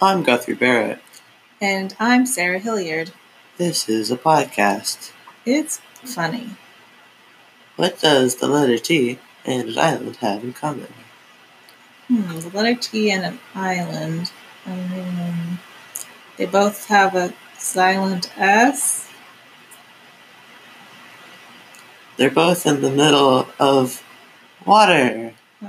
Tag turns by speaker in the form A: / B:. A: I'm Guthrie Barrett.
B: And I'm Sarah Hilliard.
A: This is a podcast.
B: It's funny.
A: What does the letter T and an island have in common?
B: Hmm, the letter T and an island. Um, they both have a silent S.
A: They're both in the middle of water.
B: Uh,